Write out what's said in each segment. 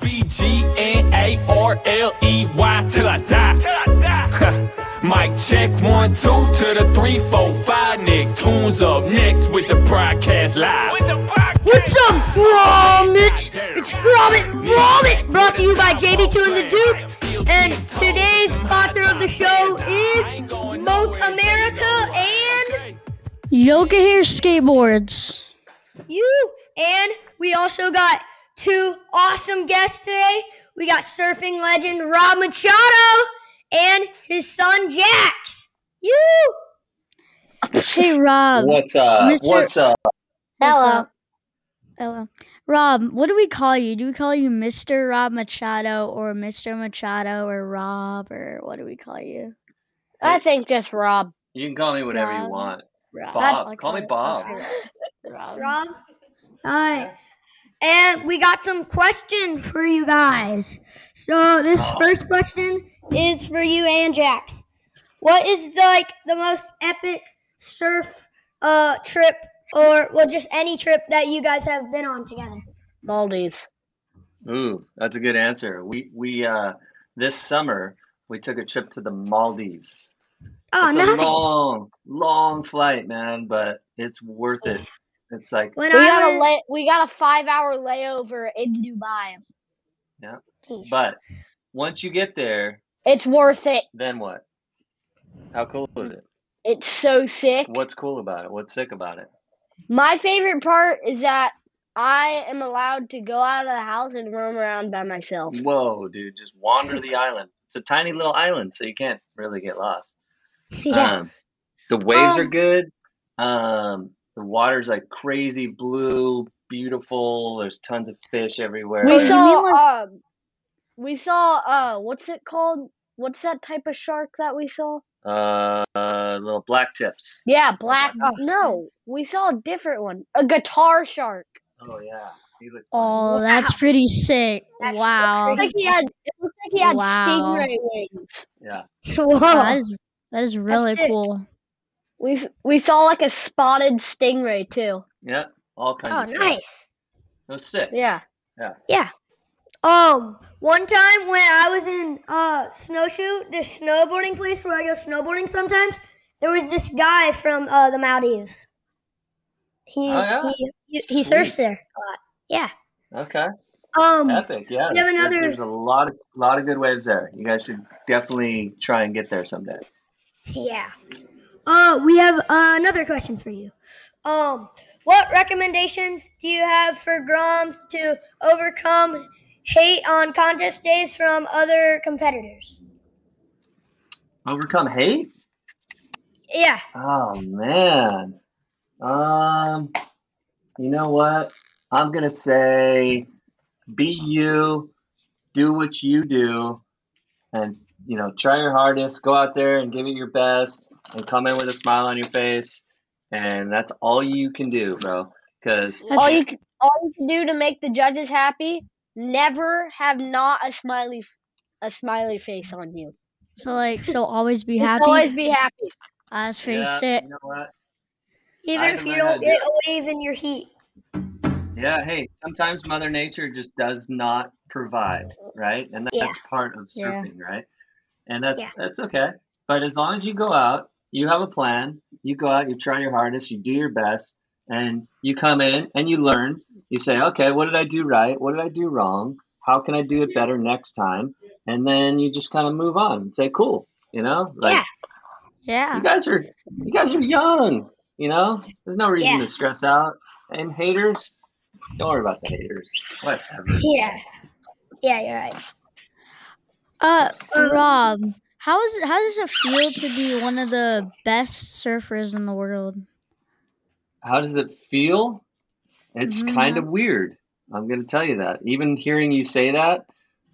B G N A R L E Y till I die. Mic check one, two to the three, four, five. Nick tunes up next with the broadcast live. What's up, Raw Mitch? It's Robert Robert, brought to you by JB2 and the Duke. And today's sponsor of the show is both America and Yoga Hair Skateboards. you. And we also got two awesome guests today. We got surfing legend Rob Machado and his son Jax. You. Hey, Um, Rob. What's up? Mr. What's uh, up? What's Hello. up? Hello. Rob, what do we call you? Do we call you Mr. Rob Machado or Mr. Machado or Rob or what do we call you? I think just Rob. You can call me whatever Um, Rob. you want. Rob. Bob. I'll Call me I'll Bob. say Rob. Um, Rob. Hi. And we got some questions for you guys. So this Oh. first question is for you and Jax. What is like the most epic surf uh trip or well just any trip that you guys have been on together? Maldives. Ooh, that's a good answer. We we uh this summer we took a trip to the Maldives. Oh it's a nice. long, long flight, man, but it's worth it. Oh. It's like When we got I a was, lay- we got a five hour layover in Dubai. Jeez. but once you get there, It's worth it. then what? How cool is it? It's so sick. What's cool about it? What's sick about it? My favorite part is that I am allowed to go out of the house and roam around by Mm. myself. Whoa, dude, just wander the island. It's a tiny little island, so you can't really get lost. yeah. Um, the waves are Um, good. Um, the water's like crazy blue, beautiful. There's tons of fish everywhere. We Wait, you mean saw um we saw uh what's it called? What's that type of shark that we saw? uh, little black tips. Yeah, black. Oh. No, we saw a different one. A guitar shark. Oh yeah. You look funny. Oh, that's pretty sick. That's so wow. It's like he had. It looks like he had Wow. stingray wings. Yeah. Wow, that Whoa. is that is really Oh. sick. cool. We s- we saw like a spotted stingray too. Yeah. All kinds Oh of stuff. nice. It was sick. Yeah. Um, one time when I was in uh snowshoe, this snowboarding place where I go snowboarding sometimes, there was this guy from uh the Maldives. He Oh, yeah? he, he, he surfs Sweet. there a lot. Yeah. Okay. Um, Epic. Yeah. we have There's- another- There's a lot of lot of good waves there. You guys should definitely try and get there someday. yeah. Uh, we have uh, another question for you. Um, what recommendations do you have for Groms to overcome hate on contest days from other competitors? Overcome hate. Yeah. Oh man. Um you know what? I'm gonna say be you, do what you do, and you know, try your hardest, go out there and give it your best and come in with a smile on your face. And that's all you can do, bro. Cause all you can, all you can do to make the judges happy, never have not a smiley f- a smiley face on you. So like so always be Just happy. Always be happy. Ah, that's pretty yeah, sick. you know what? Even I if can you learn how don't to do get a wave in your heat. Yeah, hey, sometimes Mother Nature just does not provide, right? And Yeah. that's part of Yeah. surfing, right? And that's that's okay. But as long as you go out, you have a plan, you go out, you try your hardest, you do your best, and you come in and you learn. You say, okay, what did I do right? What did I do wrong? How can I do it better next time? And then you just kind of move on and say, cool, you know, like Yeah. Yeah. you guys are you guys are young you know there's no reason Yeah. to stress out and haters don't worry about the haters whatever Yeah. Yeah, you're right. Uh Rob, how is it how does it feel to be one of the best surfers in the world? how does it feel it's Mhm. kind of weird i'm going to tell you that even hearing you say that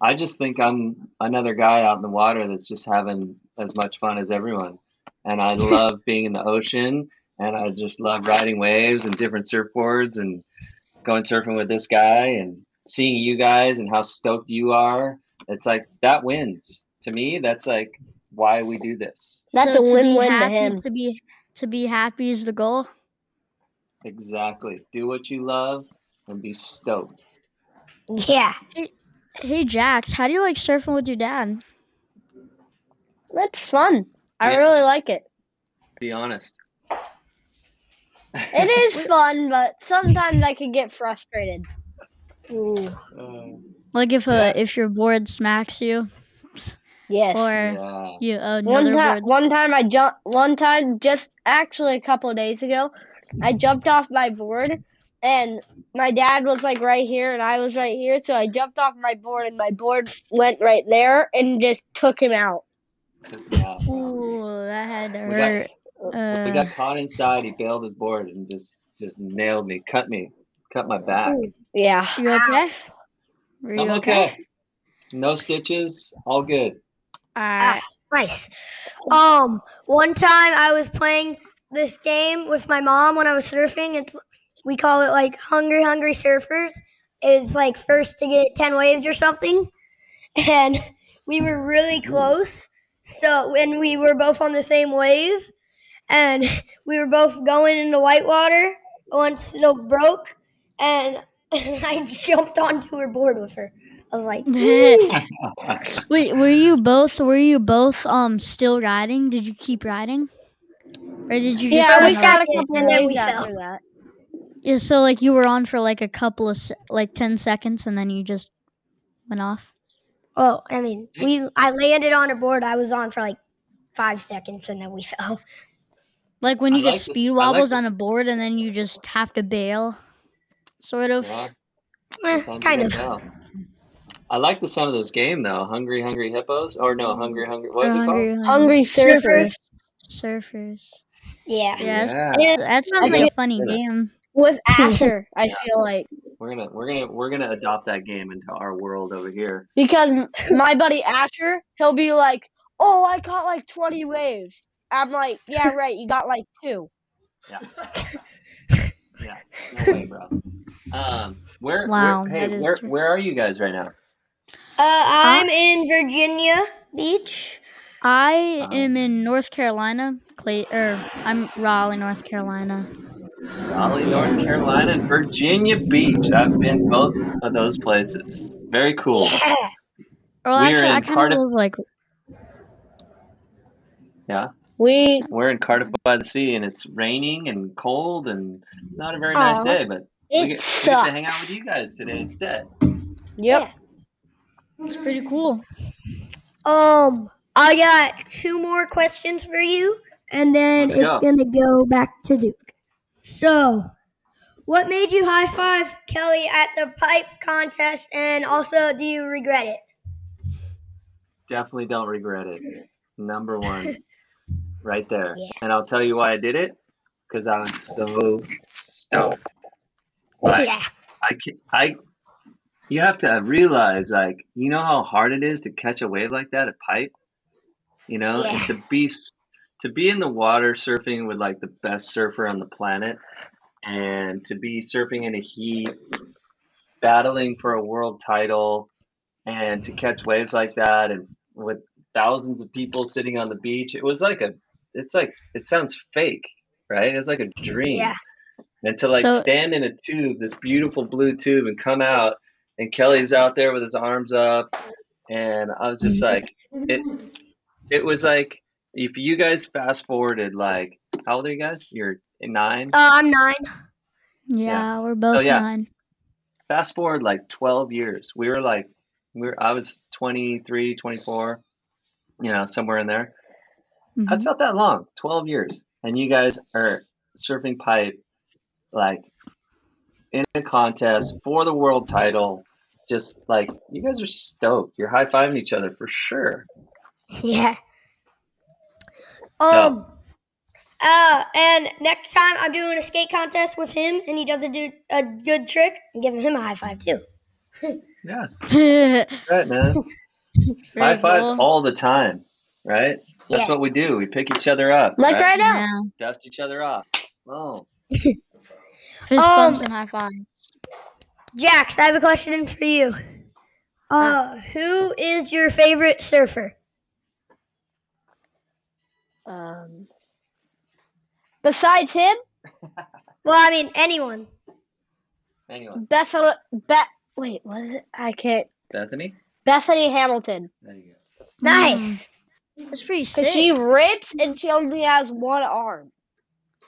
i just think i'm another guy out in the water that's just having as much fun as everyone and i love being in the ocean and i just love riding waves and different surfboards and going surfing with this guy and seeing you guys and how stoked you are it's like that wins to me that's like why we do this That's So a to be win-win to happy- him. To be to be happy is the goal. exactly do what you love and be stoked Yeah. Hey Jax, how do you like surfing with your dad? That's fun. I Yeah. really like it. Be honest. It is fun, but sometimes I can get frustrated. Oh, Like if Yeah. uh if your board smacks you Yes. or yeah. you oh, one another time, board. one time I jumped. One time, just actually a couple of days ago, I jumped off my board, and my dad was like right here, and I was right here. So I jumped off my board, and my board went right there, and just took him out. Yeah. Ooh, that had to We got- hurt. We Uh, got caught inside. He bailed his board and just just nailed me, cut me, cut my back. Yeah. you okay? Were you I'm okay? okay. No stitches. All good. Alright. Nice. Um, one time I was playing this game with my mom when I was surfing. It's we call it like Hungry Hungry Surfers. It's like first to get ten waves or something, and we were really close. So and we were both on the same wave, and we were both going into whitewater once the broke, and I jumped onto her board with her. I was like, Wait, were you both were you both um still riding? Did you keep riding? Or did you just Yeah, we kinda- got a it, couple and then we waves fell. after that. Yeah, so like you were on for like a couple of se- like 10 seconds and then you just went off. Oh, I mean, we I landed on a board. I was on for like five seconds, and then we fell. Like when I you get like this- speed I like wobbles this- on a board and then you just have to bail sort of. Yeah, Eh, sometimes you kind of. gotta bail. I like the sound of this game though. Hungry, hungry hippos, or no, hungry, hungry. What is it called? Hungry surfers Surfers. surfers. Yeah. Yeah, that's- Yeah. that sounds like think- a funny Yeah. game. with Asher. I feel like. We're gonna, we're gonna, we're gonna adopt that game into our world over here. Because m- my buddy Asher, he'll be like, "Oh, I caught like 20 waves." I'm like, "Yeah, right. You got like two. No way, bro. Um, where, where- Wow, hey, that is where, true. where are you guys right now? Uh, I'm in Virginia Beach. I Um, am in North Carolina, Clay or I'm Raleigh, North Carolina. Raleigh, North Carolina, and Virginia Beach. I've been both of those places. Very cool. Yeah. Well, We're actually, I in kind Cardiff- of live like We We're in Cardiff by the sea, and it's raining and cold, and it's not a very nice Aw. day. But it we get, we get sucks." to hang out with you guys today instead. Yep. it's pretty cool. Um, I got two more questions for you, and then Let's it's go. gonna go back to Duke. So, what made you high five Kelly at the pipe contest, and also do you regret it? Definitely don't regret it. Number one, right there. Yeah. And I'll tell you why I did it because I was so stoked. Like, Yeah. I can I you have to realize like you know how hard it is to catch a wave like that a pipe you know and to be s- to be in the water surfing with like the best surfer on the planet and to be surfing in a heat battling for a world title and to catch waves like that and with thousands of people sitting on the beach it was like a it's like it sounds fake right it's like a dream Yeah. and to like So- stand in a tube, this beautiful blue tube, and come out, and Kelly's out there with his arms up, and I was just like, it, it was like if you guys fast forwarded, like, how old are you guys? You're nine. Uh, I'm nine. Yeah, we're both Oh, yeah. nine. Fast forward like 12 years. We were like, we were, I was 23, 24, you know, somewhere in there. Mhm. That's not that long, 12 years. And you guys are surfing pipe like in a contest for the world title. Just like you guys are stoked. You're high fiving each other for sure. Yeah. So- Um. Uh, and next time I'm doing a skate contest with him, and he doesn't do a good trick, I'm giving him a high five too. Yeah. Pretty Right, man. high fives cool. all the time. Right? That's Yeah. what we do. We pick each other up. Like right, now. Yeah. Dust each other off. Boom. Fist Um, bumps and high five. Jax, I have a question for you. Uh, who is your favorite surfer? Um, besides him, Well, I mean anyone. Anyway. Beth, Be- wait, what is it? I can't Bethany? Bethany Hamilton. There you go. Nice. That's pretty sick. Because she rips and she only has one arm.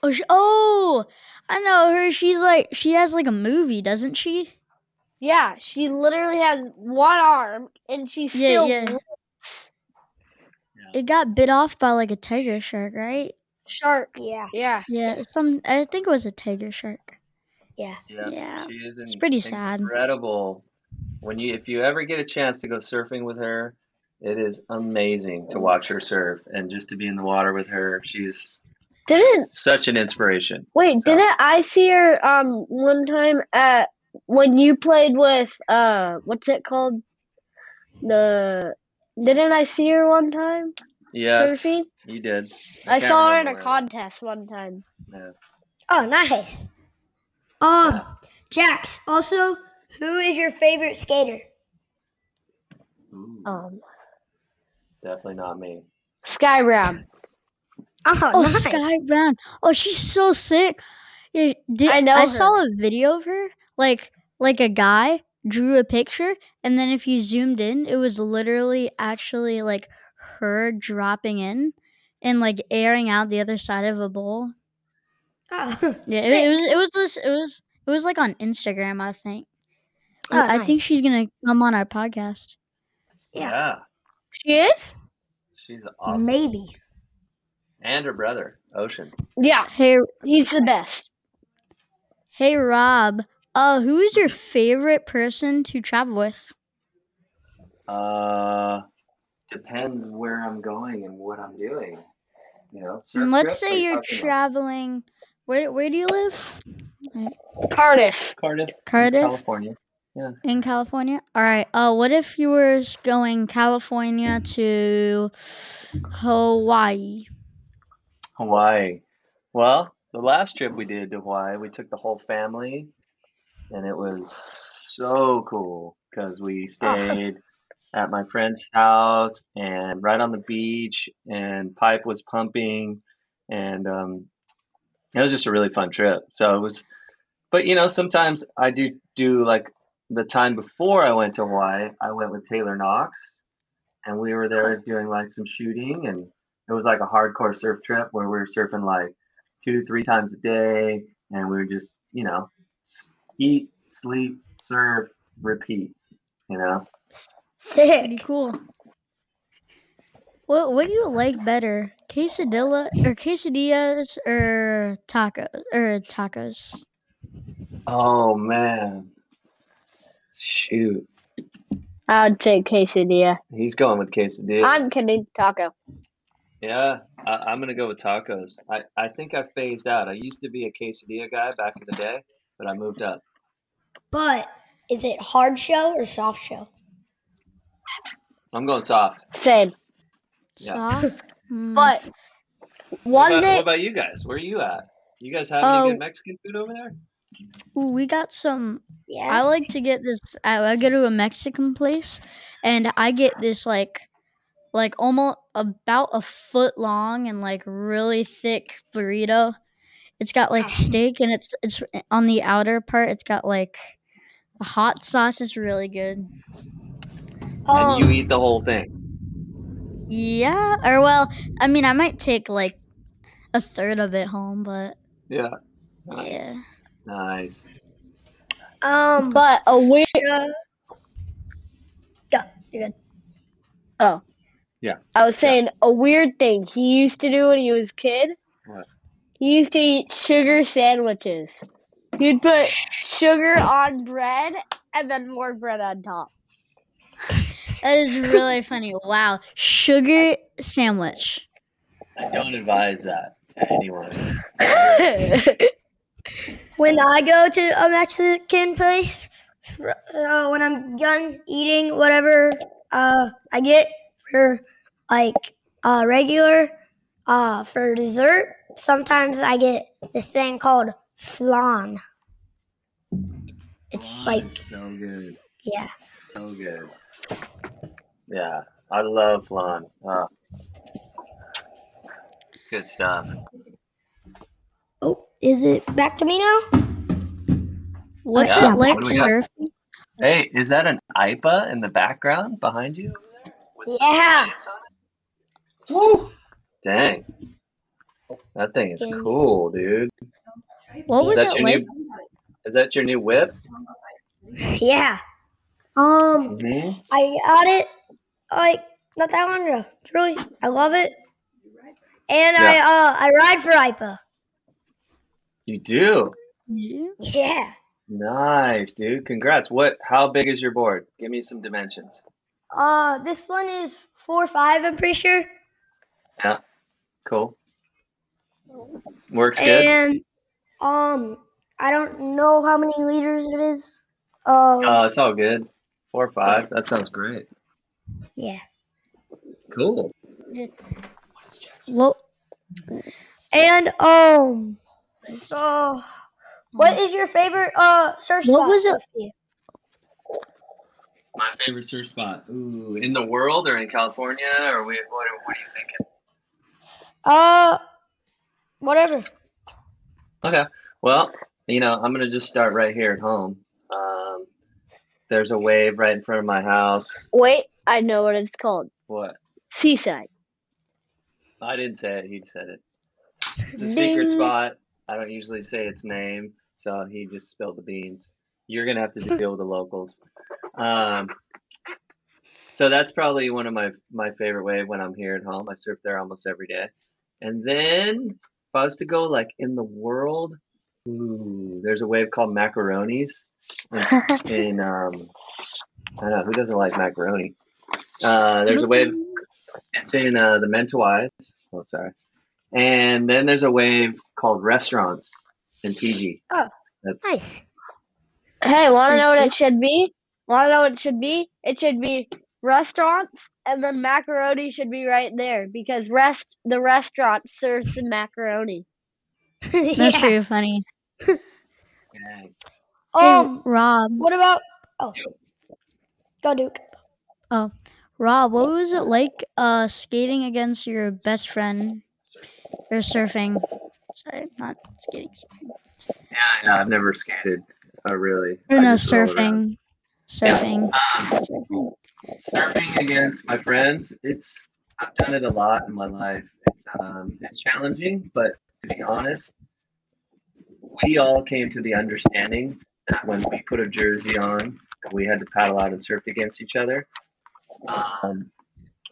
oh, sh oh, I know her. She's like she has like a movie, doesn't she? Yeah, she literally has one arm and she Yeah, still yeah. It got bit off by like a tiger shark, right? sharp. Yeah. Yeah. Yeah, some I think it was a tiger shark. Yeah, Yeah. she is It's in- pretty sad. Incredible. When you, if you ever get a chance to go surfing with her, it is amazing to watch her surf and just to be in the water with her. She's Didn't such an inspiration. Wait, So- didn't I see her um one time at when you played with uh what's it called? The didn't I see her one time Yes, surfing? you did. I, can't saw her in a remember where. contest one time. Yeah. Oh, nice. Um, Jax. Also, who is your favorite skater? Ooh, Oh. Um, Definitely not me. Sky Brown. Oh, Oh, nice. Sky Brown. Oh, she's so sick. Yeah, did, I know I her. saw a video of her. Like, like a guy drew a picture, and then if you zoomed in, it was literally actually like her dropping in and like airing out the other side of a bowl. Oh, Yeah, it, sick. it was. It was this. It was. It was like on Instagram, I think. Oh, I I think nice. she's gonna come on our podcast. Yeah. She is? she's awesome. Maybe. And her brother, Ocean. Yeah, Hey, he's the best. hey, Rob. Uh, who is your favorite person to travel with? Uh, depends where I'm going and what I'm doing. You know, surf And let's say trip? What are you you're talking about? traveling. Where where do you live? Cardiff. Cardiff, Cardiff California. in California. All right. Uh, what if you were s- going California to Hawaii? Hawaii. Well, the last trip we did to Hawaii, we took the whole family, and it was so cool because we stayed at my friend's house and right on the beach, and pipe was pumping, and um, it was just a really fun trip. So it was, but you know, sometimes I do do like the time before I went to Hawaii, I went with Taylor Knox, and we were there doing like some shooting and it was like a hardcore surf trip where we were surfing like two, three times a day, and we were just, you know, eat, sleep, surf, repeat. You know, Pretty Sick. cool. What what do you like better, quesadilla or quesadillas or tacos or tacos? oh man, shoot, I would say quesadilla. he's going with quesadillas. I'm kidding. Taco. yeah, I, I'm gonna go with tacos. I I think I phased out. I used to be a quesadilla guy back in the day, but I moved up. But is it hard shell or soft shell? I'm going soft. Same. Yeah. Soft. Mm. But What one about, what day about you guys? Where are you at? You guys have any Oh. good Mexican food over there? Ooh, we got some I Oh. Yeah. like to get this. I, I go to a Mexican place, and I get this like, like almost about a foot long and like really thick burrito. It's got Uh-huh. like steak, and it's it's on the outer part. It's got like a hot sauce. It's really good. and you Um, eat the whole thing. Yeah, or well, I mean, I might take like a third of it home, but Yeah. yeah. Nice. Nice. um, but a weird so- Go, you're good. Oh. Yeah. I was saying a weird thing he used to do when he was a kid. What? He used to eat sugar sandwiches. He'd put sugar on bread and then more bread on top. That is really funny. Wow, sugar sandwich. I don't advise that to anyone. When I go to a Mexican place, fr- so when I'm done eating whatever uh, I get for like uh, regular uh, for dessert, sometimes I get this thing called flan. It's like Flan is so good. yeah, So good. Yeah. I love flan. Oh. Good stuff. Oh, is it back to me now? What's Yeah, it like what uh, do we got? surfing? Hey, is that an IPA in the background behind you? over there with some Yeah. lights on it? Woo! Dang. That thing is Dang. cool, dude. What Is was that it your like? new? Is that your new whip? Yeah. Um, hmm I got it like not that long ago. Truly, I love it. And Yeah. I uh I ride for IPA. You do. Yeah. Yeah. Nice, dude. Congrats. What? How big is your board? Give me some dimensions. Uh, this one is four five. I'm pretty sure. Cool. Works good. And um, I don't know how many liters it is. Um, Oh, it's all good. Four or five. That sounds great. yeah. Cool. What? And um, so what is your favorite uh surf What spot? was it- Lefty? My favorite surf spot. Ooh, in the world or in California or we, what, what are you thinking? Uh, whatever. Okay. Well, you know, I'm gonna just start right here at home. Um, there's a wave right in front of my house. Wait, I know what it's called. What? Seaside. I didn't say it. He said it. It's a secret Ding. spot. I don't usually say its name, so he just spilled the beans. You're gonna have to deal with the locals. Um, so that's probably one of my my favorite wave when I'm here at home. I surf there almost every day. And then if I was to go like in the world, ooh, there's a wave called macaronis in, in um, I don't know who doesn't like macaroni. Uh, there's a wave. It's in uh, the Mentawais. Oh, sorry. And then there's a wave called restaurants in PG. Oh, that's Nice. Hey, want to know what it should be? Want to know what it should be? It should be restaurants, and then macaroni should be right there because rest the restaurant serves the macaroni. That's yeah. pretty funny. dang. Um, hey, Rob. what about? Oh, go Duke. Rob, what was it like uh, skating against your best friend or surfing? Sorry, not skating. surfing. Yeah, I know. I've never skated. Uh, really. Or I no, just roll around. Uh, surfing. Surfing. Um, surfing. Surfing against my friends. It's I've done it a lot in my life. It's um it's challenging, but to be honest, we all came to the understanding that when we put a jersey on, we had to paddle out and surf against each other. Um,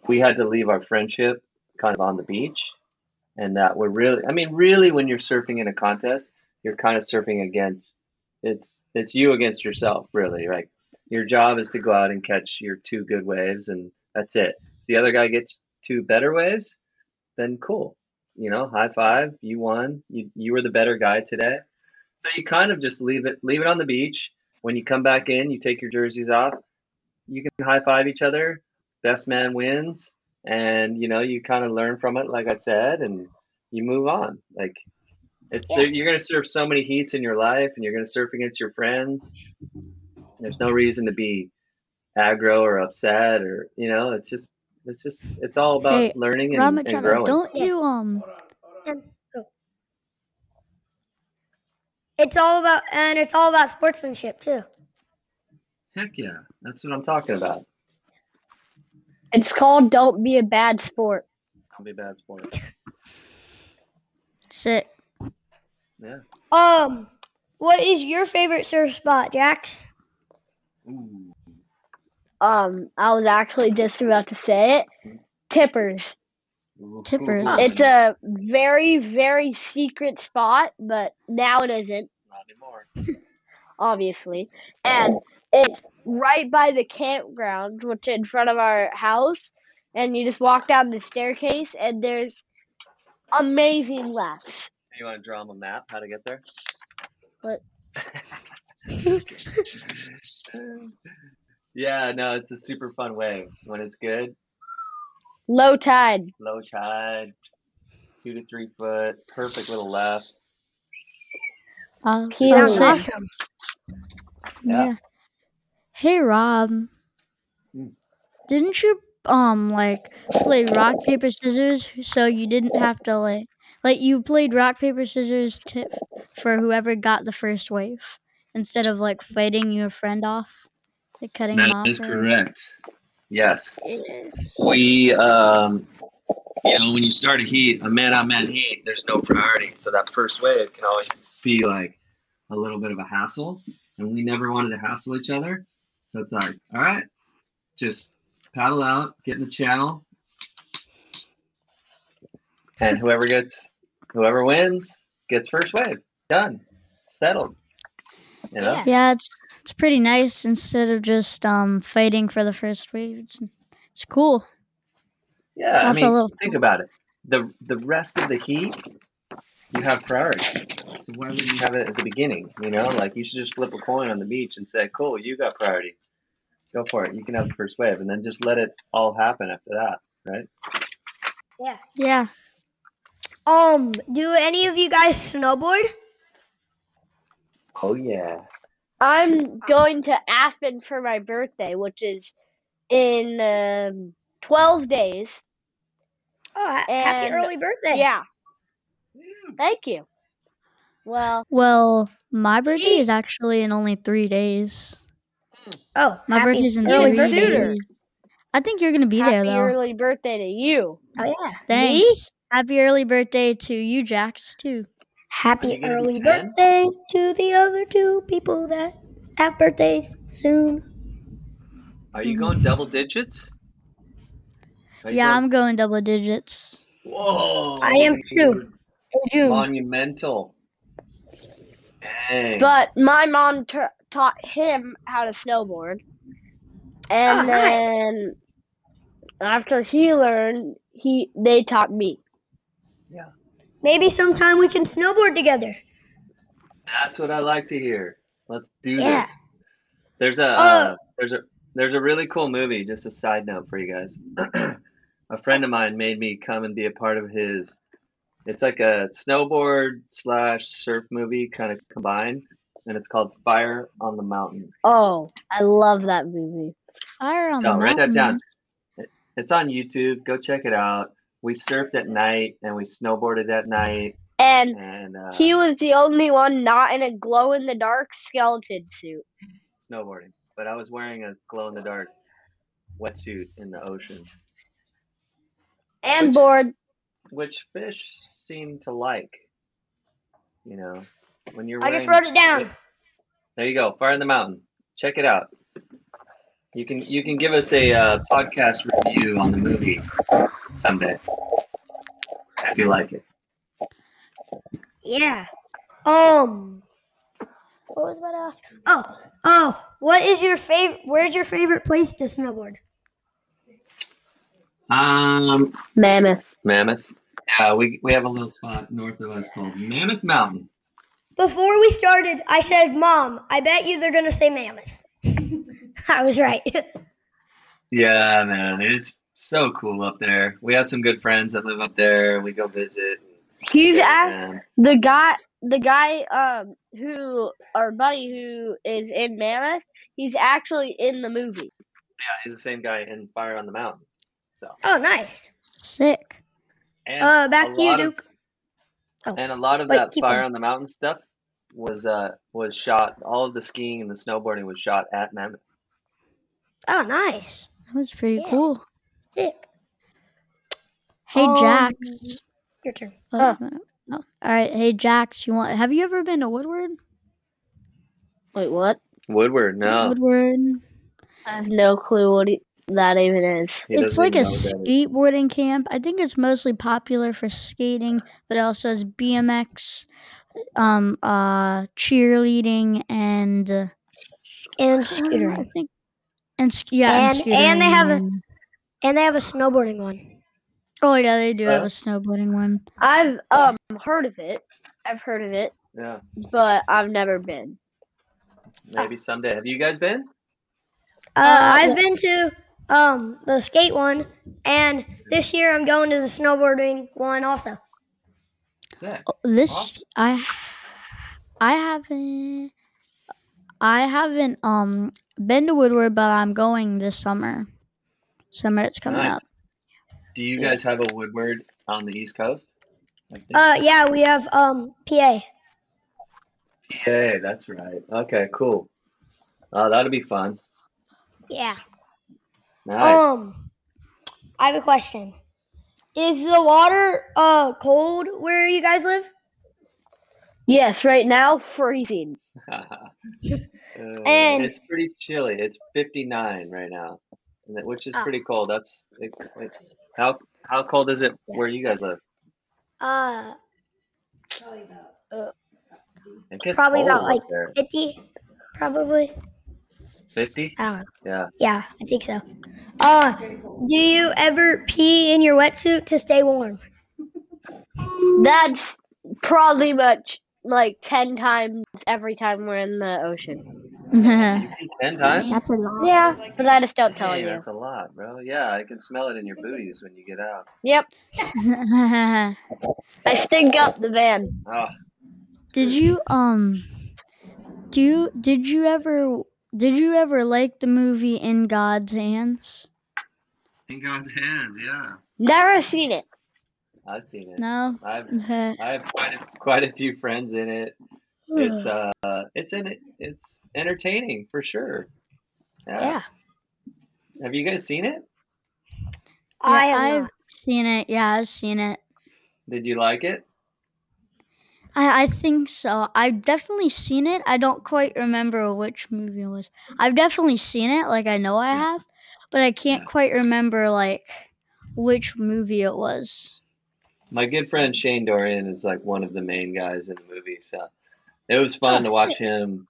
we had to leave our friendship kind of on the beach, and that we're really, I mean, really, when you're surfing in a contest, you're kind of surfing against it's it's you against yourself, really. Like your job is to go out and catch your two good waves, and that's it. The other guy gets two better waves, then cool. You know, high five. You won. You you were the better guy today. So you kind of just leave it leave it on the beach. When you come back in, you take your jerseys off. You can high five each other. Best man wins, and you know you kind of learn from it, like I said, and you move on. Like it's Yeah. there, you're gonna surf so many heats in your life, and you're gonna surf against your friends. There's no reason to be aggro or upset, or you know, it's just it's just it's all about Hey, learning Rob and, and Machado, growing. don't Yeah. you um It's all about and it's all about sportsmanship too. Heck yeah, that's what I'm talking about. It's called "Don't Be a Bad Sport." I'll be bad sport. sit? Yeah. Um, what is your favorite surf spot, Jax? Ooh. Um, I was actually just about to say it. Tippers. Ooh. Tippers. Not It's a very, very secret spot, but now it isn't, anymore. obviously. Oh. And it's right by the campground, which in front of our house. And you just walk down the staircase, and there's amazing laughs. You want to draw them a map how to get there? What? yeah, no, it's a super fun wave. When it's good, Low tide. low tide, two to three foot, perfect little lefts. Uh, He I'll Sounds sit. awesome. Yeah. Hey Rob. Mm. Didn't you um like play rock paper scissors so you didn't have to like like you played rock paper scissors tip for whoever got the first wave instead of like fighting your friend off They're cutting them That off. is or- correct. Yes. Yeah. We, um, you know, when you start a heat, a man on man heat, there's no priority. So that first wave can always be like a little bit of a hassle. And we never wanted to hassle each other. So it's like, all right, just paddle out, get in the channel. And whoever gets, whoever wins gets first wave. Done. Settled. You know? Yeah, it's it's pretty nice instead of just um fighting for the first wave. It's, it's cool. Yeah, I also mean, a little- think about it. The the rest of the heat, you have priority. So why would you have it at the beginning? You know, like you should just flip a coin on the beach and say, "Cool, you got priority. Go for it. You can have the first wave," and then just let it all happen after that, right? Yeah. Um, do any of you guys snowboard? Oh yeah, I'm going to Aspen for my birthday, which is in um, 12 days. Oh, ha- happy And- early birthday. Yeah. Thank you. Well, Well, my birthday Gee. is actually in only three days. Oh, My happy birthday's in early three birthday. days. I think you're gonna be there happy though. early birthday to you. Oh, yeah. Thanks. Happy early birthday to you, Jax, too. Are you Happy gonna be early 10? birthday to the other two people that have birthdays soon. are you going double digits? Are you Mm-hmm. Yeah, going- I'm going double digits. Whoa, I am too. In June. Monumental. Dang. But my mom t- taught him how to snowboard. And Oh, nice. then after he learned, he they taught me. Maybe sometime we can snowboard together. That's what I like to hear. Let's do Yeah. this. There's a uh, Oh. there's a there's a really cool movie. Just a side note for you guys. a friend of mine made me come and be a part of his. It's like a snowboard slash surf movie kind of combined, and it's called Fire on the Mountain. Oh, I love that movie. Fire on So, the write that down. mountain. It's on YouTube. Go check it out. We surfed at night and we snowboarded at night, And and uh, He was the only one not in a glow in the dark skeleton suit. snowboarding. But I was wearing a glow in the dark wetsuit in the ocean. And bored. which fish seem to like. You know, when you're I just wearing- wrote it down. There you go, Fire in the Mountain. Check it out. You can you can give us a uh, podcast review on the movie someday if you like it. Yeah. Um. What was I about to ask? Oh, oh. What is your favorite? Where's your favorite place to snowboard? Um, Mammoth. Mammoth. Yeah, we we have a little spot north of us called Mammoth Mountain. Before we started, I said, "Mom, I bet you they're gonna say mammoth." I was right. Yeah, man, it's so cool up there. We have some good friends that live up there. We go visit. He's at and- the guy the guy um who our buddy who is in Mammoth, he's actually in the movie. He's the same guy in Fire on the Mountain. oh, nice. Sick. And Uh, a back to you, lot of- Duke. and a lot of Wait, that keep fire going. on the mountain stuff was uh was shot. All of the skiing and the snowboarding was shot at Mammoth. Oh, nice. That was pretty Yeah. cool. Sick. Hey, Um, Jax. Your turn. Oh, Huh. no. All right. Hey, Jax, you want, have you ever been to Woodward? Wait, what? Woodward, no, Woodward. I have no clue what he, that even is. He it's doesn't like a even know what that is. skateboarding camp. I think it's mostly popular for skating, but it also has BMX, um, uh, cheerleading, and uh, And I scootering. think, and sk- yeah, And- and they have a- scootering. And they have a snowboarding one. Oh yeah, they do have a Uh, snowboarding one. I've um heard of it. I've heard of it, Yeah, but I've never been. maybe someday. Have you guys been? Uh, I've been to um the skate one, and this year I'm going to the snowboarding one also. Sick. Oh, This Awesome. I I haven't I haven't um been to Woodward, but I'm going this summer. Summer it's coming Nice. up. Do you guys have a Woodward on the East Coast? I think Uh, yeah, we have um PA. PA. That's right. Okay, cool. Oh, that'll be fun. Yeah. Nice. Um, I have a question. Is the water uh cold where you guys live? Yes, right now freezing. Uh, and- it's pretty chilly. It's 59 right now, and that- which is Oh. pretty cold. That's it, wait, how how cold is it where you guys live? Uh, It gets Probably about, cold up like, there. fifty, probably. 50. I don't know. Yeah. Yeah, I think so. Uh, do you ever pee in your wetsuit to stay warm? That's probably much like ten times every time we're in the ocean. Ten times. That's a lot. Yeah, but I just don't tell Dang, you. that's a lot, bro. Yeah, I can smell it in your booties when you get out. Yep, I stink up the van. Oh, Did you um do you, did you ever did you ever like the movie In God's Hands? in God's hands. Yeah, Never seen it. I've seen it. No. I've Okay. I have quite a, quite a few friends in it. It's uh, it's in it's entertaining for sure. Yeah. Have you guys seen it? I Yeah, have I've not. seen it. Yeah, I've seen it. Did you like it? I, I think so. I've definitely seen it. I don't quite remember which movie it was. I've definitely seen it, like I know I Yeah. have, but I can't Yeah. quite remember like which movie it was. My good friend Shane Dorian is like one of the main guys in the movie, so it was Oh, fun to watch him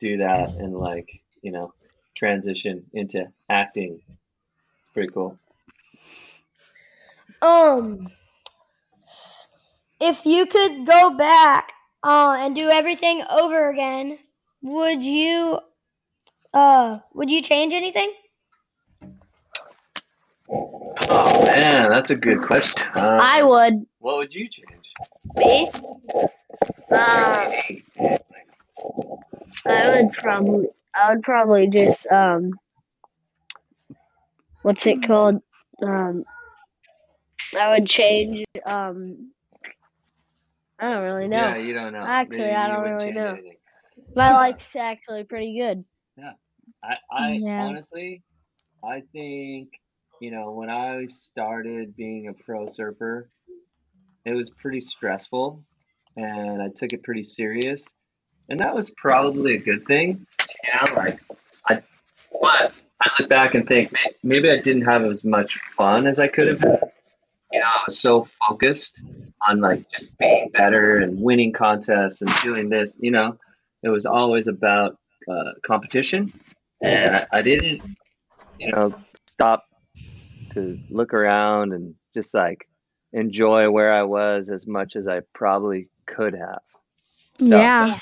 do that and like, you know, transition into acting. It's pretty cool. Um, if you could go back uh, and do everything over again, would you? Uh, would you change anything? Oh man, that's a good question. Um, I would. what would you change? Me? Uh, I would probably. I would probably just um. What's it called? Um, I would change. Um, I don't really know. Yeah, you don't know. Actually, Maybe I you don't wouldn't really change know. anything. My life's actually pretty good. I, I Yeah. honestly, I think, you know, when I started being a pro surfer, it was pretty stressful and I took it pretty serious. And that was probably a good thing. Yeah, like I but I look back and think "Man, maybe I didn't have as much fun as I could have had. You know, I was so focused on like just being better and winning contests and doing this, you know. It was always about uh, competition and I, I didn't, you know, stop to look around and just like enjoy where I was as much as I probably could have. So- yeah.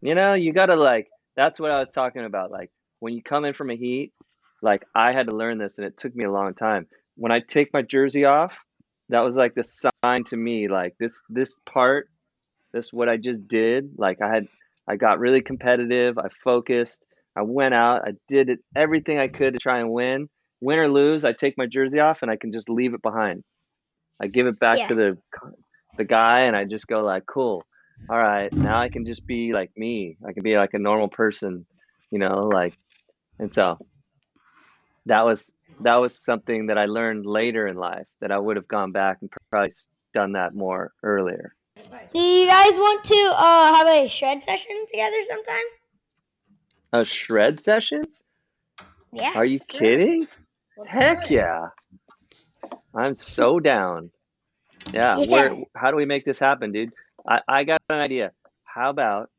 You know, you gotta like, that's what I was talking about. Like, when you come in from a heat, like, I had to learn this and it took me a long time. When I take my jersey off, that was like the sign to me, like, this, this part, this, what I just did, like, I had, I got really competitive. I focused. I went out. I did it, everything I could to try and win. Win or lose, I take my jersey off and I can just leave it behind. I give it back Yeah. to the, the guy and I just go, like, cool all right, now I can just be like me. I can be like a normal person, you know, like and so that was that was something that I learned later in life that I would have gone back and probably s- done that more earlier. Do you guys want to uh have a shred session together sometime? A shred session? Yeah. Are you kidding? Heck yeah. I'm so down. Yeah, Yeah. Where, how do we make this happen, dude? I, I got an idea. How about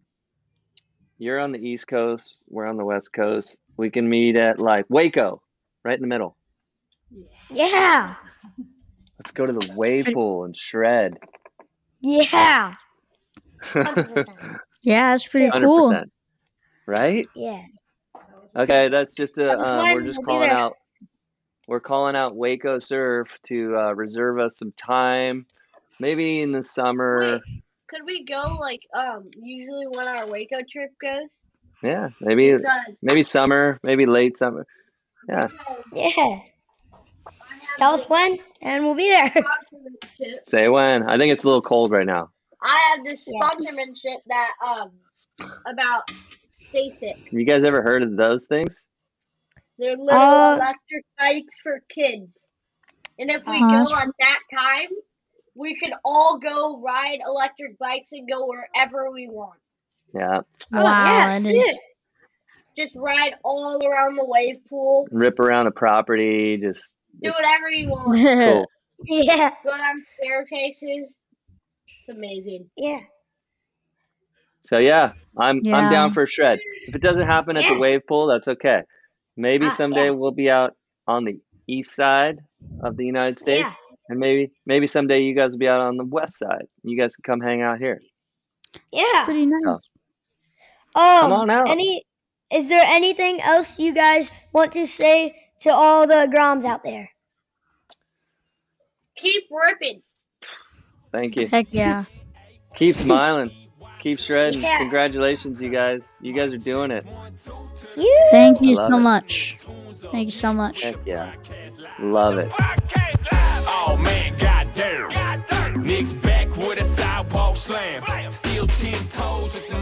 you're on the East Coast, we're on the West Coast. We can meet at like Waco, right in the middle. Yeah. Let's go to the wave pool and shred. Yeah. 100%. 100%. Yeah, that's pretty Sick. cool. Right? Yeah. Okay, that's just a. That's Um, fine, we're just we'll be calling there. out. We're calling out Waco Surf to uh, reserve us some time, maybe in the summer. Could we go like um usually when our Waco trip goes? Yeah, maybe maybe summer, maybe late summer. Yeah. Just tell us when, and we'll be there. sponsorship. Say when. I think it's a little cold right now. I have this Yeah. sponsorship that um about stay sick. You guys ever heard of those things? They're little Uh, electric bikes for kids. And if Aw, we Uh-huh. that's- go on that time, we can all go ride electric bikes and go wherever we want. Yeah. Oh, yeah, I sick. didn't- Just ride all around the wave pool. Rip around the property. Just Do it's whatever you want. cool. Yeah, go down staircases. It's amazing. yeah. So yeah, I'm I'm Yeah. down for a shred. If it doesn't happen at Yeah. the wave pool, that's okay. Maybe Ah, someday yeah. we'll be out on the east side of the United States, Yeah. and maybe maybe someday you guys will be out on the west side. You guys can come hang out here. Yeah. pretty nice. Oh, Um, on out. Any? Is there anything else you guys want to say to all the Groms out there? Keep ripping. Thank you. Heck yeah. Keep smiling. Keep shredding. Yeah. Congratulations, you guys. You guys are doing it. You. Thank you love so it. much. Thank you so much. Heck yeah. Love it. Oh man, goddamn. Nick's back with a sidewalk slam. Still ten toes with the